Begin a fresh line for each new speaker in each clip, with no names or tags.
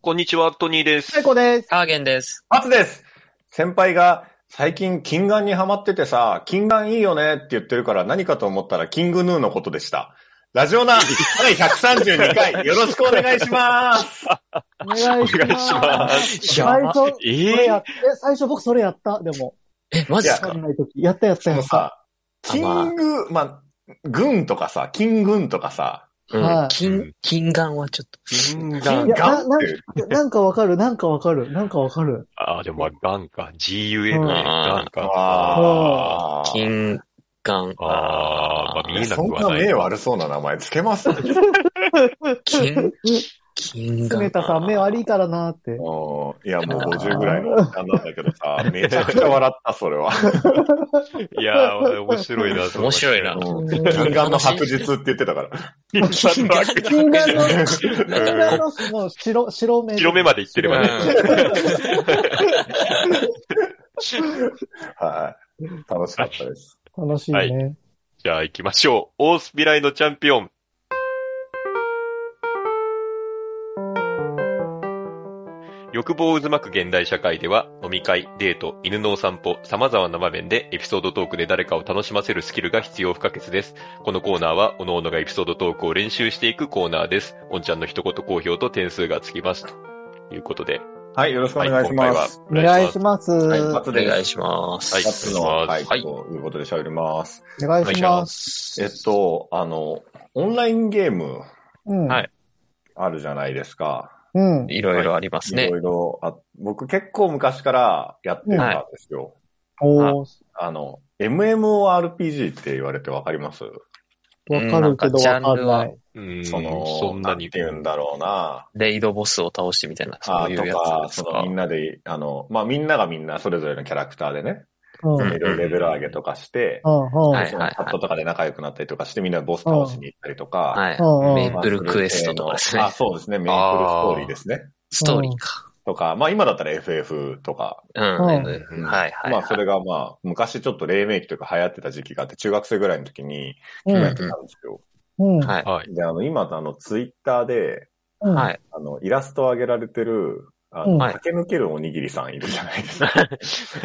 こんにちは、トニーです。
最高です。
ターゲンです。
松です先輩が最近金眼にハマっててさ、金眼いいよねって言ってるから何かと思ったらキングヌーのことでした。ラジオナ第132回、よろしくお願いします
お願いし
お
ます。
願い
しま
最
す
初、それ
え
やっえ、最初僕それやった、でも。
え、マジっす
わか
か
んない時。やったやった
で
や
も
った。
さ、キング、まあ、軍とかさ、金軍とかさ、
は
金、金眼はちょっと。
金
い。い
眼
や
ガ
な
ン
なん
って
かなんかわかる、なんかわかる、なんかわかる。
ああ、でも、ガンか。GUN ね。
うん
ガンか。
あー
金眼。
あーまあ見えな
そん
く
な
はない
目悪そうな名前つけます う
金、金眼。
冷たさん目悪いからなー って。
んいや、もう50ぐらいのおっちゃんなんだけどさ、めちゃくちゃ笑った、それは。
いやー、面白いな、
面白 いな
うん
金
金眼の白日って言ってたから。
金眼の
金眼の、金
う
眼
ん
のその白、白目。
白目まで行ってればね。
はい。楽しかったです。
楽しいね。
じゃあ行きましょう。オースピライのチャンピオン。欲望を渦巻く現代社会では、飲み会、デート、犬のお散歩、様々な場面でエピソードトークで誰かを楽しませるスキルが必要不可欠です。このコーナーは、各々がエピソードトークを練習していくコーナーです。おんちゃんの一言好評と点数がつきます。ということで。
はい、よろしくお願いします。
お願いします。お
はい、
願
松
お
で
願い
す。
します。
はい
松の、
お願
はいい、
します
はい
ということで喋ります。
いします。
す
えっと、あの、オンラインゲーム
うん。
はい
あるじゃないですか。
うん。
いろいろあります
い
ね
ろ。いろあ、僕結構昔からやってたんですよ。
おー、
あの、MMORPG って言われてわかります、
わかるけどわかん
な
なんい。
うーん、
その、
そんなに。
って言うんだろうな。
レイドボスを倒してみたいな、そ
あ
うい
と
うや
か、
つです
その
か
みん。なで、あの、まあ、みんながみんなそれぞれのキャラクターでね、
うん。うん
いろいろレベル上げとかして、
うん。
はい
そのチャットとかで仲良くなったりとかして、みんなボス倒しに行ったりとか。
はい。
うん
メ
ま
イ
あ
プルクエストとかですね
あ、そうですね。メイプルストーリーですね。
ストーリーか。
とか、まあ今だったら FF とか、
うん。
うん
はいはい。
まあそれがまあ昔ちょっと黎明期というか流行ってた時期があって、中学生ぐらいの時に
う
やっ
ん。
てたんですよ。
うん。
はい。
はい。
で、あの今あのツイッターで、
うん
はい。
あのイラストを上げられてる、あ
うん
の、駆け抜けるおにぎりさんいるじゃないですか。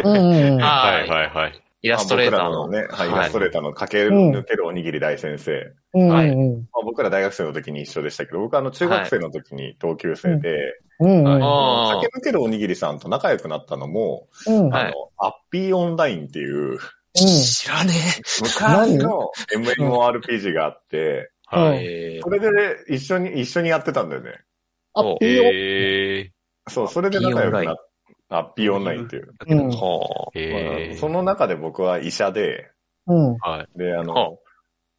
うんうん。
あ
はい、
ー
はい、はい。
イラストレーター
まあ
の。
僕らのね、はい、イ
はい
ラストレーターの駆け抜けるおにぎり大先生。
うん
はい
うん
まあ僕ら大学生の時に一緒でしたけど、僕はあの中学生の時に同級生で、
うん。うん。
は
あ
駆け抜けるおにぎりさんと仲良くなったのも、
うん。
はい
あの、アッピーオンラインっていう、
ー知らね
昔の MMORPG があって、
うん
はい。
え。
それで一緒に、一緒にやってたんだよね。
アッピーを。
え
そう、それで仲良くなった。アッピーオンラインっていう。
う
ー
ん。
は
えー
その中で僕は医者で、
うん。
はい。
で、あ
は
の、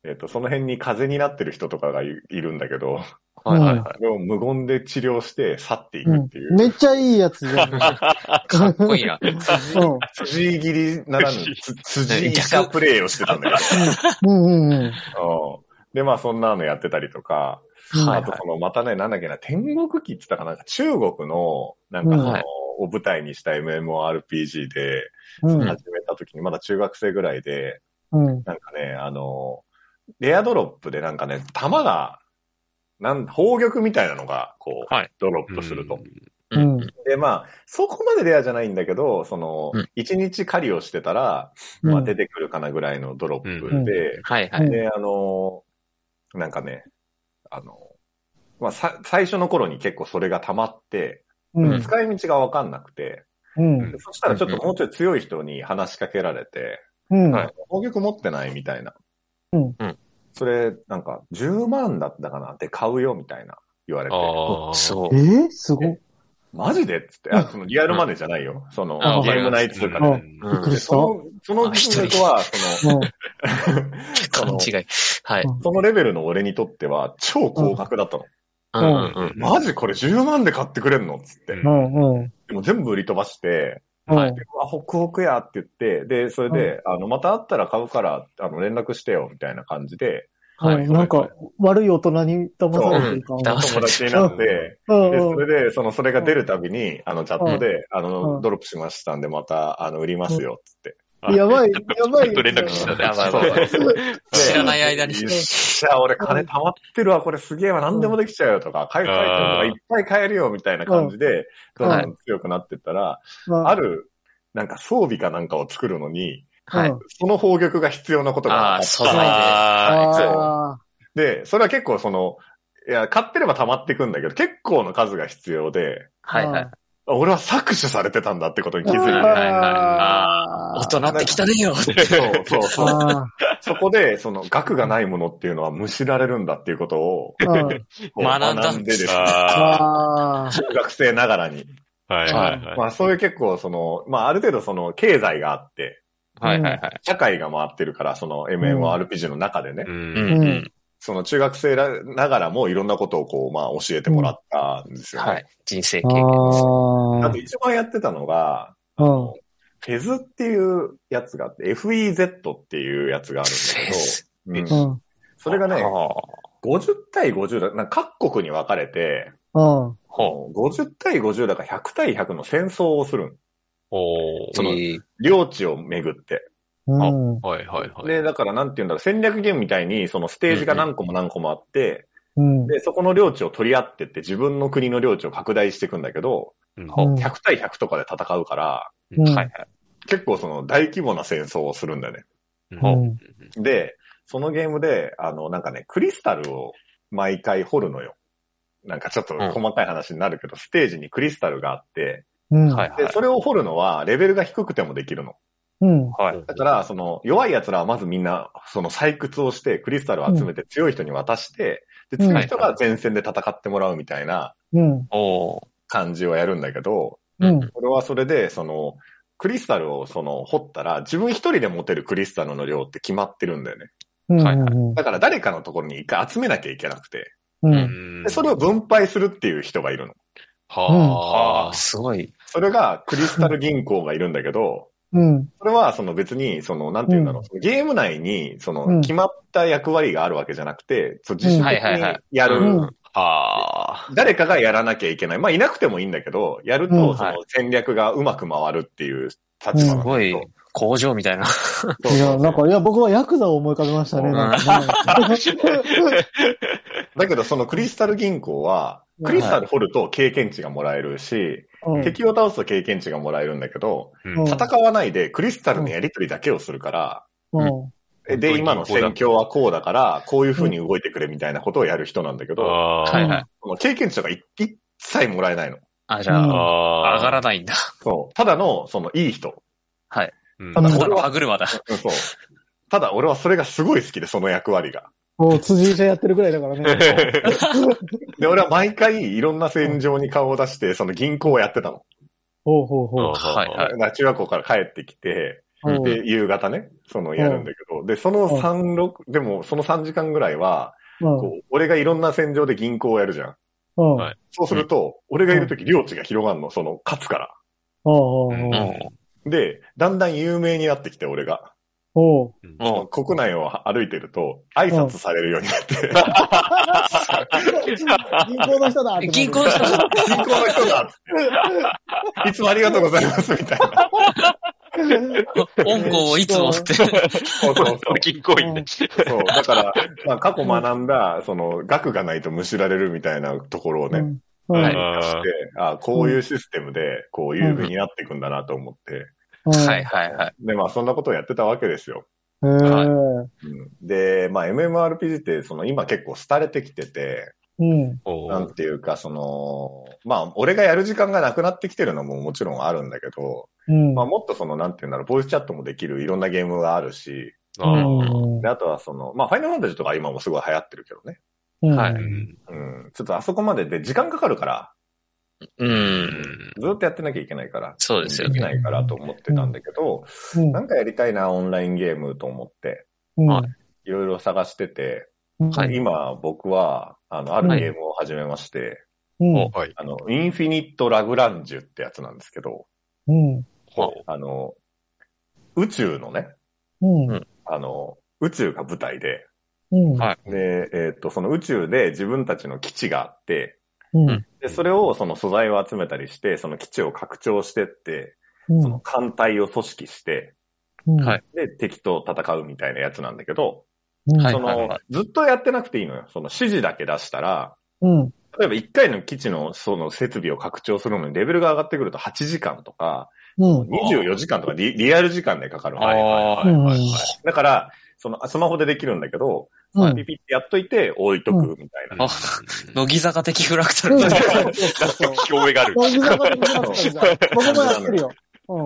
えっと、その辺に風邪になってる人とかがいいるんだけど、
あ。はいはいは
それを無言で治療して去っていく
う
っ
ん
ていう、
めっちゃいいやつじゃん。
い。かっこいいな。
うん
辻切りな らぬ、つ辻医者プレイをしてたんだけど。
うんうんうん。
うんで、まあそんなのやってたりとか、
はい
あとその、またね、なんだっけな、天国記って言ったかな、中国の、なんか
う
そ
ん
の、
はい
を舞台にした MMORPG で、
うん
始めた時に、まだ中学生ぐらいで、
うん。
なんかね、あの、レアドロップでなんかね、弾が、なん、宝玉みたいなのが、こう、
はい
ドロップすると。
うん。
で、まあ、そこまでレアじゃないんだけど、その
うん、
一、日狩りをしてたら、
うん
まあ出てくるかなぐらいのドロップで、
うん
はいはい。
で、あの、なんかね、あの、まあ、さ、最初の頃に結構それが溜まって、
うん。
使い道がわかんなくて、
うん。
そしたらちょっともうちょい強い人に話しかけられて、
うん。
はい
攻撃持ってないみたいな。
うん
うん
それ、なんか、10万だったかなって買うよみたいな言われて、
ああ。
すご
え
い。
ーすごい。
マジでっつって、あ、そのリアルマネーじゃないよ。その、
あ
ゲーム内通貨で。
びっくりした。う
その、その金額は、その、
ん。
そ
勘
の
違い。はい。
そのレベルの俺にとっては超高額だったの。
う
うん
んうんうん。
マジこれ10万で買ってくれんのっつって。
うん。うん。
でも全部売り飛ばして、
うん。
でうわホクホクやって言って、で、それで、あの、また会ったら買うから、あの、連絡してよ、みたいな感じで、
はい。なんか、悪い大人に騙されてる感
うん騙
友達になって、
う
で、
ん
そ
うん。
れで、その、それが出るたびに、あの、チャットで、あ
う
の、
ん
ドロップしましたんで、また、あの、売りますよ、つって。
あ
やばい、やば
ちょ
い。
っと連絡した
やばいやばいやばい知らない間に
よっしゃ、俺金貯まってるわ、これすげえわ、何でもできちゃうよとか、買い替えてるとかいっぱい買えるよみたいな感じで、どん
はい
どん強くなってったら、
ま
ある、なんか装備かなんかを作るのに、
はい。
その砲玉が必要なことが
あー素
った
材で
あ
そう
あ
で、それは結構その、いや、買ってれば溜まってくんだけど、結構な数が必要で、
はいはい。
あ俺は搾取されてたんだってことに
ー
気づい
はい
て。
はい
あ
大人ってきたねよ。
そうそう
ー
そう。
あ
そこで、その、額がないものっていうのはむしられるんだっていうことを、
ーうん
こう
学んだん
学んでですね
あ
あー。
中学生ながらに。
ー。はいはいはい。
まあそういう結構その、まあある程度その経済があって、
はいはいはい。
社会が回ってるから、その MMORPG の中でね、
う。
うんんうん。
その中学生らながらもいろんなことをこう、まあ教えてもらったんですよね。
はい。人生経験です。
あ
あ
と一番やってたのが、
ー。
フェズっていうやつがあって、FEZ っていうやつがあるんだけ
う
ど、うん
ん。
それがね、
は
50対50だ、なんか各国に分かれて、
うん。うん。
50対50だから100対100の戦争をするん。
おー。
あえー
領地を巡って。
うん。
はいはいはい。
で、だからなんて言うんだろう、戦略ゲームみたいに、そのステージが何個も何個もあって、
うん。
で、そこの領地を取り合ってって自分の国の領地を拡大していくんだけど、
うん
うん
100対100とかで戦うから、
うん
うん
はいはい。
結構その大規模な戦争をするんだよね。
うん
で、そのゲームで、あの、なんかね、クリスタルを毎回掘るのよ。なんかちょっと細かい話になるけど、ステージにクリスタルがあって、
うん。
はいは
で、
い。
それを掘るのはレベルが低くてもできるの。
うん。
はい。
だから、その、弱い奴らはまずみんな、その採掘をして、クリスタルを集めて強い人に渡して、で、
うん
強い人が前線で戦ってもらうみたいな
うん。
おー。
感じをやるんだけど、
うん。
これはそれで、その、クリスタルをその、掘ったら、自分一人で持てるクリスタルの量って決まってるんだよね。
うん。
はいはい
うん
だから誰かのところに一回集めなきゃいけなくて、
う。
うん
ん
でそれを分配するっていう人がいるの。
は
あ
あ
あ、。すごい。
それがクリスタル銀行がいるんだけど、
うん。
それはその別に、その、なんて言うんだろ
う
う、
ん
そのゲーム内に、そうの、
ん
決まった役割があるわけじゃなくて、そう自主的
うんはいはいはい
にやる、
うん
はあ。
誰かがやらなきゃいけない。まあ、いなくてもいいんだけど、やる
う
と、
ん
そ
はい
の戦略がうまく回るっていう立場
す
なんだけど
ごい。工場みたいな。
そうそう
いや、なんか、いや、僕はヤクザを思い浮かべましたね。
うん
なんかね
だけど、そのクリスタル銀行は、クリスタル掘ると経験値がもらえるし、
うん
敵を倒すと経験値がもらえるんだけど、
うん
うん
戦わないでクリスタルのやり取りだけをするから、
うん
えで、今の戦況はこうだから、こういう風に動いてくれみたいなことをやる人なんだけど、
あー
はいはい。
その経験値とか一一切もらえないの。
あ、じゃあ、
あ
上がらないんだ。
そう。ただの、その、いい人。
うん
た
うん
だの歯車だ。
うんそう。 ただ、俺はそれがすごい好きで、その役割 が。
もう辻医者やってるぐらいだからね。
で、俺は毎回、いろんな戦場に顔を出して、その銀行をやってたの。
ほうほうほう。
はいはい
だから中学校から帰ってきて、
うん
で、夕方ね、その、やるんだけど、で、その3、6、でも、その3時間ぐらいは、
うん
こう、俺がいろんな戦場で銀行をやるじゃん。
うん
はい
そうすると、俺がいるとき、領地が広がるの、その、勝つから。
おうおう
う
うんん。
で、だんだん有名になってきて、俺が。
おう
もう、
国内を歩いてると、挨拶されるようになって、
銀行の人だってなる
銀行の人だ
銀行の人だっつっていつもあ りがとうございます、みたいな。
恩子をいつもって。
そうそうそう。
銀行員ね。
そうだから、まあ、過去学んだ、その、額がないとむしられるみたいなところをね、
うん
はい
うん
して、あこういうシステムで、こう、有名になっていくんだなと思って。
はいはいはい。
で、まあ、そんなことをやってたわけですよ。
へー
うんで、まあ、MMORPG って、その、今結構廃れてきてて、
うん。
お
な
ー
んていうか、その、まあ、俺がやる時間がなくなってきてるのももちろんあるんだけど、
うん。
まあ、もっとその、なんていうんだろう、ボイスチャットもできるいろんなゲームがあるし、
あー
うん
であとはその、まあ、ファイナルファンタジーとか今もすごい流行ってるけどね。
うん
う
はい
ん
うん。ちょっとあそこまでで時間かかるから、
う。
うんん
ずっとやってなきゃいけないから。
そうですよ
き
ね。
ないからと思ってたんだけど、
うん
なんかやりたいな、オンラインゲームと思って、
うん
はい
ろいろ探してて、
い
はい
今僕は、あの、あるゲームを始めまして、
うん
お
はい。
あの、インフィニット・ラグランジュってやつなんですけど、
うん。
ほ
あの、宇宙のね、
うん。
あの、宇宙が舞台で、
うん。
はい
で、えーっと、その宇宙で自分たちの基地があって、
うん。
で、それをその素材を集めたりして、その基地を拡張してって、
うん
その艦隊を組織して、
うん
はい。
で、敵と戦うみたいなやつなんだけど、
うん
はい
その
はい、
ずっとやってなくていいのよ。その指示だけ出したら、
うん。
例えば1回の基地のその設備を拡張するのにレベルが上がってくると8時間とか、
うん。
24時間とかリリアル時間でかかるの
はいはいはいはいはい。
だから、その、スマホでできるんだけど、
うん
ピピってやっといて置いとくみたいな。
あ
の、
乃木坂的フラクタル
うん
み
そう
たい
そ
な。
うそうそう
共鳴がある。
乃木坂の皆さんが僕もやってるよ。うん。
うん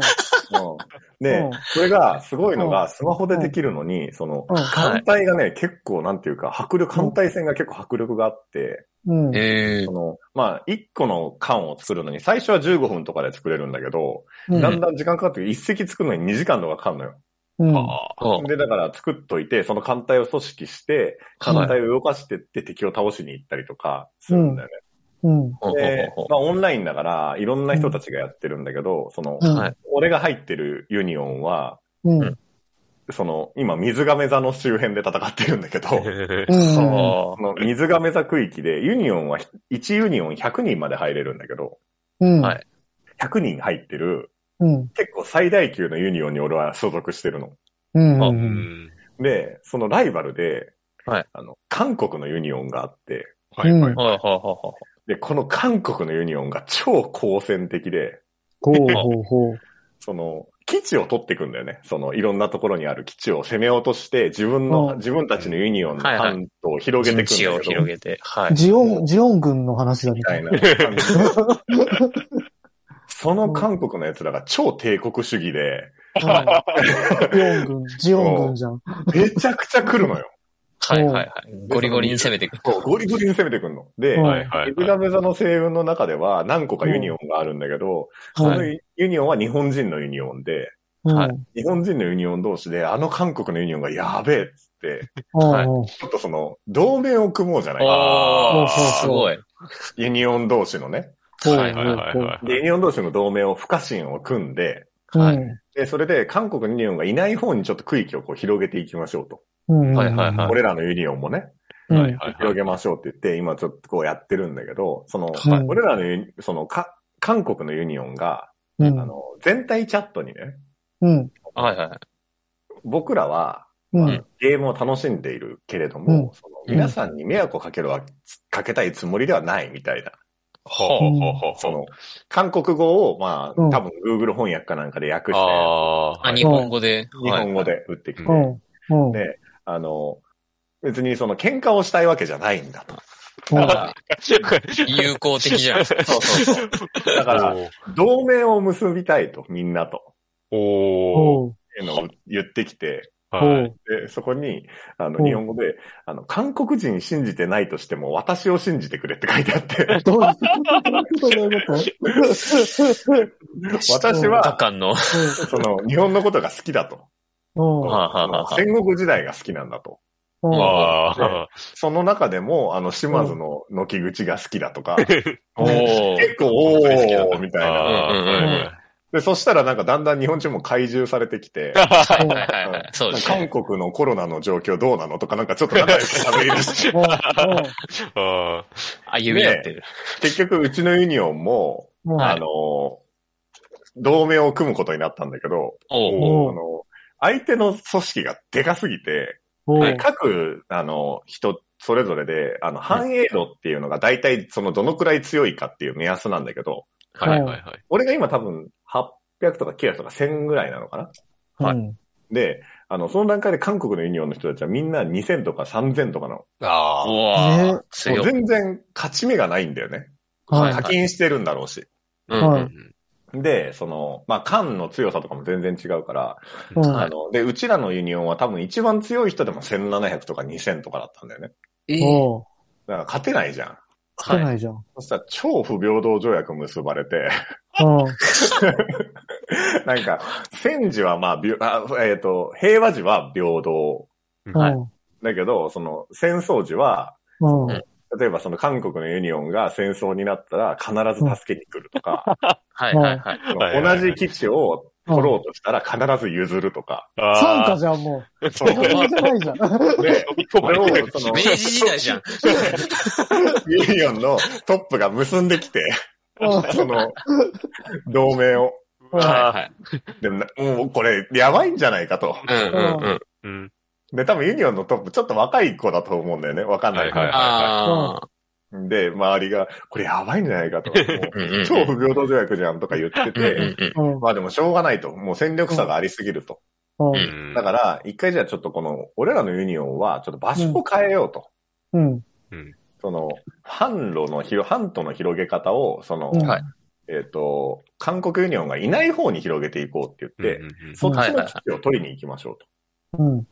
で
うん、
それがすごいの
う
が、スマホでできるのに、その、
うん
艦隊がね、結構なんていうか、迫力、艦隊戦が結構迫力があって、
うん。
ええ
その、まあ、1個の艦を作るのに、最初は15分とかで作れるんだけど、
うん
だんだん時間かかって、一隻作るのに2時間とかかかるのよ。
うん
あー
で、だから作っといて、その艦隊を組織して、艦隊を動かしてって敵を倒しに行ったりとかするんだよね。
うん。
ほうほ
で
うほう、
まあ、オンラインだから、いろんな人たちがやってるんだけど、その、
うん
はい
俺が入ってるユニオンは、
うん。
その、今、水亀座の周辺で戦ってるんだけど、
う。
ほうんほ
その水亀座区域で、ユニオンは、1ユニオン100人まで入れるんだけど、
うん。
はい
100人入ってる、
うん。
結構最大級のユニオンに俺は所属してるの。
うん。
あ
う。
うんん
で、そのライバルで、
はい
あの、韓国のユニオンがあって、
はいは
う
い。
ん
うほうほうほ
で、この韓国のユニオンが超好戦的で、
ほうほうほう。
その、基地を取っていくんだよね。その、いろんなところにある基地を攻め落として、自分
う
の、
ん
自分たちのユニオンの
はいはい
関東を
う。
広げて
陣
いくんだ
地
けど、
を広げて。はい。
ジオン、ジオン軍の話だみ
み
た
た
い
い
な。
な感じ。その韓国の奴らが超帝国主義で、
ジオン軍、ジオン軍じゃん。
めちゃくちゃ来るのよ。
はいはいはい。ゴリゴリに攻めていく。
こうゴリゴリに攻めてくるの。で、
うん
はいはい
エグダメ座の星雲の中では何個かユニオンがあるんだけど、その
はい。
ユニオンは日本人のユニオンで、
うん。
はい
日本人のユニオン同士で、あの韓国のユニオンがやべえっつって、
はい
うん
ちょっとその、同盟を組もうじゃないか。
そうそう
ああ、
そう
すごい。
ユニオン同士のね。
はいはいはいは
でユ
い。
ニオン同士の同盟を不可侵を組んで、
は
はいい。
で、それで韓国のユニオンがいない方にちょっと区域をこう広げていきましょうと。
うん。
はいはいはい
俺らのユニオンもね、
うん
はいはいは
広
い。
げましょうって言って、今ちょっとこうやってるんだけど、その、
はい
俺らのユニ、その、か、韓国のユニオンが、
う
あ
ん。
の、全体チャットにね、
うん。
はいはい。
僕らは、
う
ま
ん。
あ、ゲームを楽しんでいるけれども、
うん
その皆さんに迷惑をかけるは、かけたいつもりではないみたいな。
ほうほうほう
そ
ほう。
の、韓国語を、まあ、
うん
多分 Google 翻訳かなんかで訳して、
ああ
あ、日本語で。
日本語
で。
で打ってきて、
うん。うん。
であの、別にその喧嘩をしたいわけじゃないんだと。
うん
友好的じゃん。
そうそうそう。だから、同盟を結びたいと、みんなと。
おお。
おう。
っていうのを言ってきて、
おう。
で、そこに、あ
う
の、
ん
日本語で、あの、韓国人信じてないとしても、私を信じてくれって書いてあ って、
どういうことどういうこと
私
多
は、
感の。は
その、日本のことが好きだと。
うん
い
うん。
はいはい。
戦国時代が好きなんだと。
うん
ああ。
その中でも、あの、島津の軒口が好きだと か、
おお。
結構、おー、みたいな。
な。
で、そしたらなんかだんだん日本人も怪獣されてきて、
はいはいはいはい。そうですね。
韓国のコロナの状況どうなのとかなんかちょっと仲良く喋り出 して、
歩み寄ってる。
結局うちのユニオンも、
うん。
はい
あの、同盟を組むことになったんだけど、
おお。
お
あ
う。
の、相手の組織がでかすぎて、
おう。
各、あの、人、それぞれで、あの、繁栄度っていうのが大体、その、どのくらい強いかっていう目安なんだけど、
はいはいはい。
俺が今多分、800とか900とか1000ぐらいなのかな
は
うん
で、あの、その段階で韓国のユニオンの人たちはみんな2000とか3000とかの、
ああ。
うわ
ね
あ、強
もう
い。
全然勝ち目がないんだよね。
はい
課金してるんだろうし。で、その、まあ、艦の強さとかも全然違うから、
うん
あの、で、うちらのユニオンは多分一番強い人でも1700とか2000とかだったんだよね。
えー
おう。
だから勝てないじゃん。
勝てないじゃん。
そしたら超不平等条約結ばれて、
うん。
なんか、戦時はまあ、びゅあえっ、と、平和時は平等。
はい。
だけど、その、戦争時は、
うん。うん。
例えばその韓国のユニオンが戦争になったら必ず助けに来るとか、
はいはいはい。
その
はいはいはい
同じ基地を取ろうとしたら必ず譲ると か。
参加じゃん、もう。
そう
めちゃめちゃないじゃん。
で、それをその
明、治時代じゃん。
ユニオンのトップが結んできて、
うん
その、同盟を。
う
はいはい。
でもな、もうこれ、やばいんじゃないかと。
うんうんうん。
うん。
で、多分ユニオンのトップ、ちょっと若い子だと思うんだよね。わかんないから。
はい
ああ。
で、周りが、これやばいんじゃないかと。もう
うんうんうん
超不平等条約じゃんとか言って
うん
て、
うん
うん。
まあでもしょうがないと。もう戦力差がありすぎると。
う
うん
ん。
うん
だから、一回じゃあちょっとこの、俺らのユニオンは、ちょっと場所を変えようと。
うん。
その、販路の広、半島の広げ方を、その、
うん
はい
えっ、と、韓国ユニオンがいない方に広げていこうって言っ
う
て、
んうんうん
そっちの基地を取りに行きましょうと。
うん。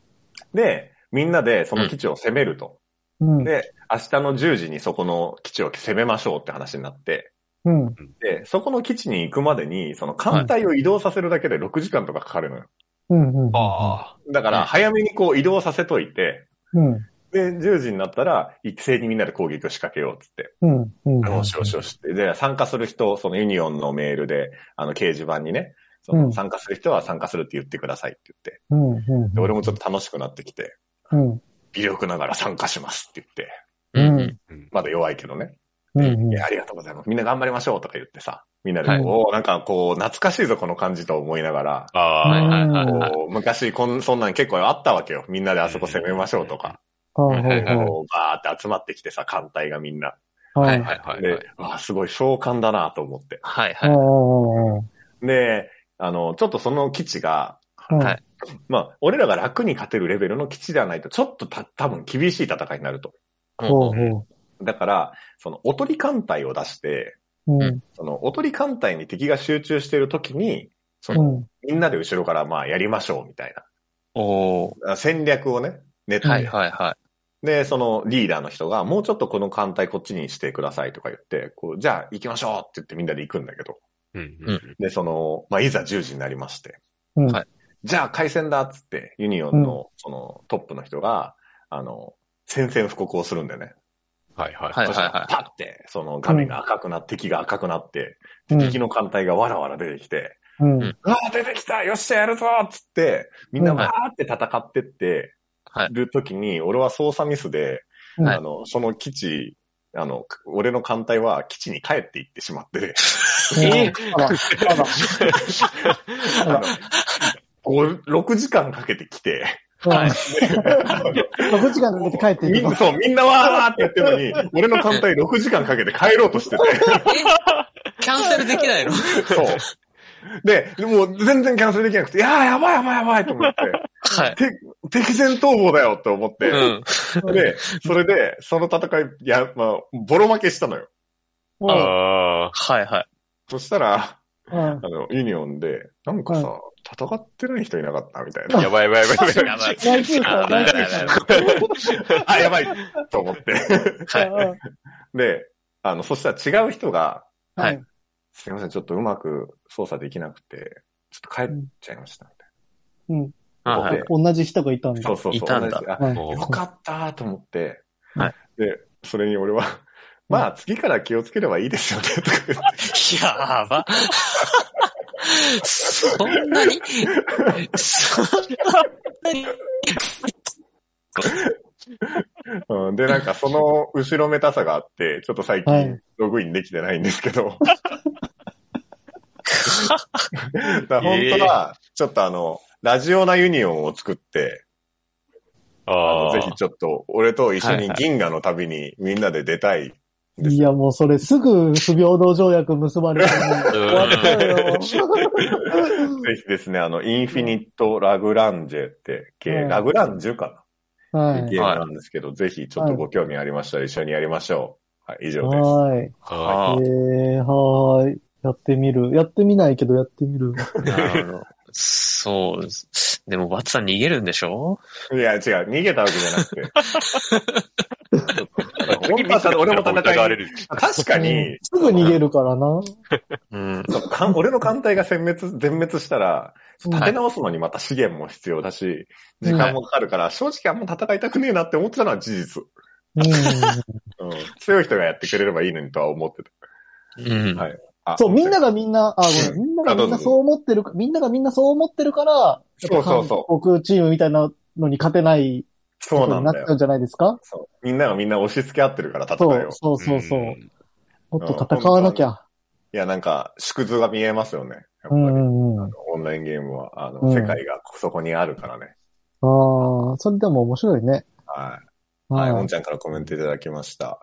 で、みんなでその基地を攻めると。
うん。
で、明日の10時にそこの基地を攻めましょうって話になって、
うん。
で、そこの基地に行くまでに、その艦隊を移動させるだけで6時間とかかかるのよ。
うん。うん。
あ
だか
は
ら、
い
早めにこう移動させといて、
うん。
で、10時になったら、一斉にみんなで攻撃を仕掛けようっつって。
うん。うん。
よしよしよしって。で、参加する人、そのユニオンのメールで、あの、掲示板にね、そうの
ん
参加する人は参加するって言ってくださいって言って。
うん。うん。
で、俺もちょっと楽しくなってきて、
うん。
微力ながら参加しますって言って、
うんうん。
まだ弱いけどね。
うん。うん
い。や、ありがとうございます。みんな頑張りましょうとか言ってさ、みんなでこう、
はい
おーなんかこう、懐かしいぞ、この感じと思いながら、
あ。あ
は
あ。
いはいはいはい。
こう昔こん、そんなん結構あったわけよ。みんなであそこ攻めましょうとか、こう、バーって集まってきてさ、艦隊がみんな。
はい
い。
はいはい。
で、わあ、すごい壮観だなと思って。
はい
ああ。
はい。
は
で、あの、ちょっとその基地が、
い。
まあ、俺らが楽に勝てるレベルの基地ではないと、ちょっとた、多分厳しい戦いになると。
ほう
うん
ほ
だから、その、おとり艦隊を出して、
う。うん。
その、おとり艦隊に敵が集中している時に、そうの、
ん。
みんなで後ろからまあやりましょうみたい
おー。
な。戦略をね、練って、
はいはいは
で、そのリーダーの人が、もうちょっとこの艦隊こっちにしてくださいとか言って、こう、じゃあ行きましょうって言ってみんなで行くんだけど、
うん
う
うんん。
で、その、まあ、いざ10時になりまして、
うん
はい
じゃあ開戦だっつって、ユニオンのそのトップの人が、あの、宣戦布告をするんだよね。
はいはい。
はい
そしたらパッて、その画面が赤くなって、敵が赤くなって、で
うん
敵の艦隊がわらわら出てきて、
うん。
ああ、出てきたよっしゃ、やるぞっつって、みんなわーって戦ってって、
はい
る時に、俺は操作ミスで、
はい
あの、その基地、あの、俺の艦隊は基地に帰っていってしまって、
えあら、あら。
あの、5 6時間かけて来て、
はい。6時間かけて帰って
み
い
ん
く
な、そう、みんなわーってやってるのに、俺の艦隊6時間かけて帰ろうとして
い。キャンセルできない の
て、そう。で、もう全然キャンセルできなくて、いやー、やばいやばいやばいと思って、
はい。
て敵前逃亡だよと思っ
う
て、
ん。
の。
で、それで、その戦い、いや、まあ、ボロ負けしたのよ。
うん
ああ。
はいはい。
そしたら、
うん
あの、ユニオンで、なんかさ、戦ってない人いなかったみたいな。
やばいやばいやばいやば
や
い。
ばい。
大丈夫か大丈
あ、やばいと思って。
はい。
夫
で、あの、そしたら違う人が、
かはい。
すいません、ちょっとうまく操作できなくて、ちょっと帰っちゃいました。
うん。
はいはい
で
同じ人がいたんだ
そう。そうそう。
いたんだ
同じあ
はい
もう
よかったと思って。
はい
で、それに俺は、まあ、次から気をつければいいですよね、とか言って。
やば。そんなにそんなに
うん、で、なんかその後ろめたさがあって、ちょっと最
はい
近ログインできてないんです けど。だから本当は、ちょっとあの、ラジオなユニオンを作って、あの
ああ。
ぜひちょっと、俺と一緒に銀河の旅にみんなで出たい。
いや、もうそれすぐ不平等条約結ばれて終わったよ。
ぜひですね、あの、インフィニット・ラグランジェって系、
うん
ラグランジュかな、
は
ゲ
い。
ームなんですけど、ぜひちょっとご興味ありましたら一緒にやりましょう。はい、以上です。
はい。え
あ
ー、はーい。やってみる。やってみないけどやってみる。
なるほど。そうです。でも、バツさん逃げるんでしょ
いや、違う、逃げたわけじゃな くて。
あ。
本当はただ俺も戦いに
疑われる。
確かに、
すぐ逃げるからな。
うん。
そうかん俺の艦隊が殲滅、全滅したら、立て直すのにまた資源も必要だし、時間もかかるから、正直あんま戦いたくねえなって思ってたのは事実。
うん。
うん、強い人がやってくれればいいのにとは思ってた。
うん。
はいあ
そう、みんながみんな、あ、 ごめんみんなが
あど
み
うんぞ
なそう思ってるか、みんながみんなそう思ってるから、
そうそうそ
韓
う
国チームみたいなのに勝てないこ
そ
と
うな
に
ん
なっち
だよ
ゃうん。じゃないですか
そうみんながみんな押し付け合ってるから戦い
そ
を
う。そうそうそう。
ん
もっと戦わなきゃ。
いや、なんか、縮図が見えますよね。やっぱ
う
り、
んうんうん。あ
オンラインゲームは、あの、
うん
世界がそこにあるからね。
あ、それでも面白いね。
はい。
は
はい、
い
おんちゃんからコメントいただきました。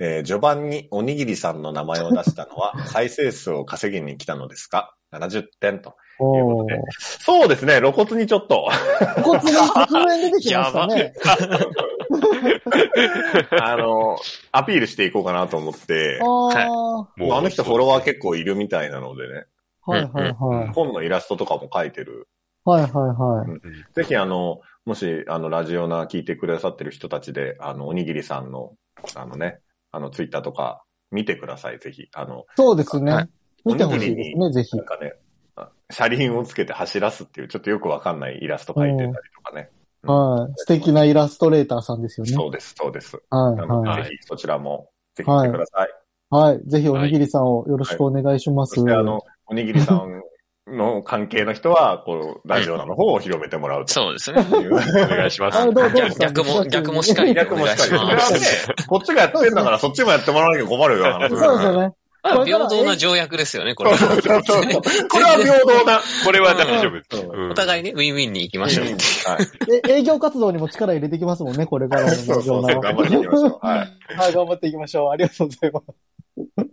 えー序盤におにぎりさんの名前を出した のは、再生数を稼ぎに来たのですか ?70 点と。
おー
というそうですね、露骨にちょ っと。
骨面、骨面出てきましたね。
あの、アピールしていこうかなと思って
あ、あ、は
もうあの人フォロワー結構いるみたいなのでね、
いはいはい。
本のイラストとかも描いてる。
はいはいはい。
ぜひあの、もし、あの、ラジオナ聞いてくださってる人たちで、あの、おにぎりさんの、あのね、あの、ツイッターとか見てください、ぜひ。あの、
そうですね
は。
見てほしいですね、ぜひ
なん。かね、あ車輪をつけて走らすっていう、ちょっとよくわかんないイラスト描いてたりとかね。
はい。素敵なイラストレーターさんですよね。
そうです、そうです。
はい
なので
はい。
い
ぜひそちらも、ぜひ見てください。
はい。ぜひおにぎりさんをよろしくお願いしま
そ
す。
して、あの、おにぎりさんの関係の人は、こう、ラジオナの方を広めてもら うと
そうですね。
いう。
お願いしま
あ
す。
どうどう
じゃあ
ぞ
逆も、逆もしっかりで
逆
お
もし
願
っ
い
かり。
しま
それはね
す。、
こっちがやってんだから、そっちもやってもらわなきゃ困るよ、
そ
話
うですよね。
まあ平等な条約ですよね、これは。
そうそうそう。これは平等な。
これは大丈夫。
お互い
い。
ね、ウィンウィンに行き ましょう。
はい。
え営業活動にも力入れていきますもんね、これからの
そうそう
農場な
そう。頑張っていきましょう。はい。
はい、頑張っていきましょう。ありがとうございます。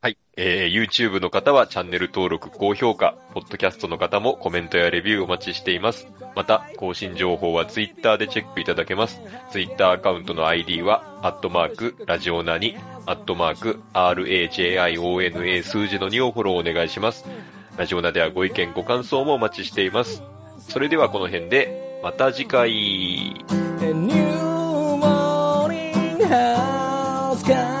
はい。えー、YouTube の方はチャンネル登録、高評価、Podcast の方もコメントやレビューお待ちしています。また、更新情報は Twitter でチェックいただけます。Twitter アカウントの ID は、アットマーク、ラジオナに、アットマーク、RAJIONA 数字の2をフォローお願いします。ラジオナではご意見、ご感想もお待ちしています。それではこの辺で、また次回。
A new morning has come